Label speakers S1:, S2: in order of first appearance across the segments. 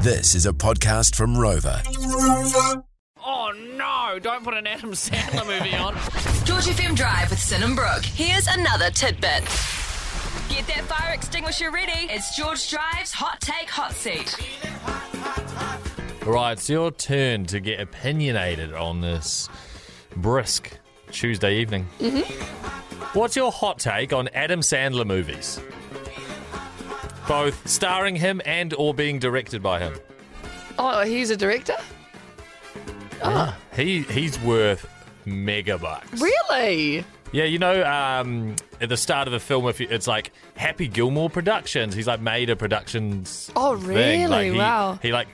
S1: This is a podcast from Rover.
S2: Oh no, don't put an Adam Sandler movie on.
S3: George FM Drive with Sin and Brooke. Here's another tidbit. Get that fire extinguisher ready. It's George Drive's Hot Take Hot Seat.
S4: Right, it's your turn to get opinionated on this brisk Tuesday evening.
S2: Mm-hmm.
S4: What's your hot take on Adam Sandler movies? Both starring him and or being directed by him.
S5: Oh, he's a director?
S4: He he's worth mega bucks.
S5: Really?
S4: Yeah, you know, um, at the start of the film, if you, it's like Happy Gilmore Productions. He's like made a productions.
S5: Oh,
S4: Thing. Like,
S5: really?
S4: he,
S5: Wow.
S4: He like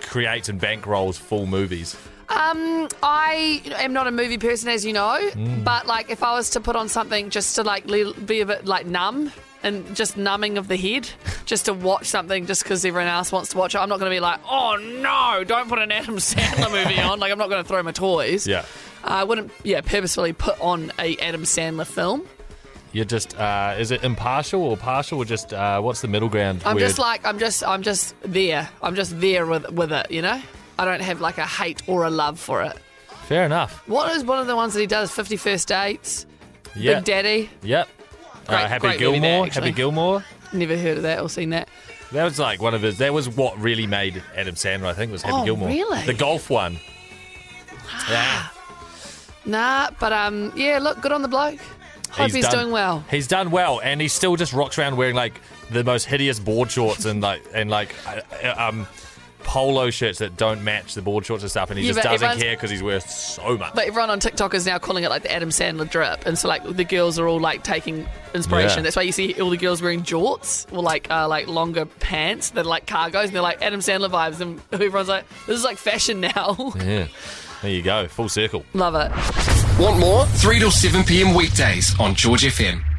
S4: creates and bankrolls full movies.
S5: Um, I am not a movie person, as you know, but like if I was to put on something just to like li- be a bit like numb and just numbing of the head, just to watch something just because everyone else wants to watch it, I'm not going to be like, oh no, don't put an Adam Sandler movie on. Like I'm not going to throw my toys.
S4: Yeah.
S5: I wouldn't, yeah, purposefully put on a Adam Sandler film.
S4: You're just, uh, is it impartial or partial or just, uh, what's the middle ground?
S5: I'm
S4: word?
S5: just like I'm just I'm just there. I'm just there with with it, you know? I don't have like a hate or a love for it.
S4: Fair enough.
S5: What is one of the ones that he does? Fifty First Dates,
S4: Yeah.
S5: Big Daddy.
S4: Yep.
S5: Great-
S4: uh, Happy
S5: great movie
S4: Gilmore.
S5: there,
S4: Happy
S5: actually.
S4: Gilmore.
S5: Never heard of that or seen that.
S4: That was like one of his, that was what really made Adam Sandler, I think, was Happy
S5: Oh,
S4: Gilmore.
S5: really?
S4: The golf one. Yeah.
S5: Nah, but um, yeah. Look, good on the bloke. Hope he's,
S4: done-
S5: doing well.
S4: He's done well, and he still just rocks around wearing like the most hideous board shorts and like and like uh, uh, um, polo shirts that don't match the board shorts and stuff, and he
S5: Yeah,
S4: just
S5: but
S4: doesn't
S5: everyone's-
S4: care because he's worth so much.
S5: But everyone on TikTok is now calling it like the Adam Sandler drip, and so like the girls are all like taking inspiration.
S4: Yeah.
S5: That's why you see all the girls wearing jorts or like uh, like longer pants that are like cargos, and they're like Adam Sandler vibes, and everyone's like, this is like fashion now.
S4: yeah, there you go, full circle.
S5: Love it.
S6: Want more? 3 till 7 p.m. weekdays on George FM.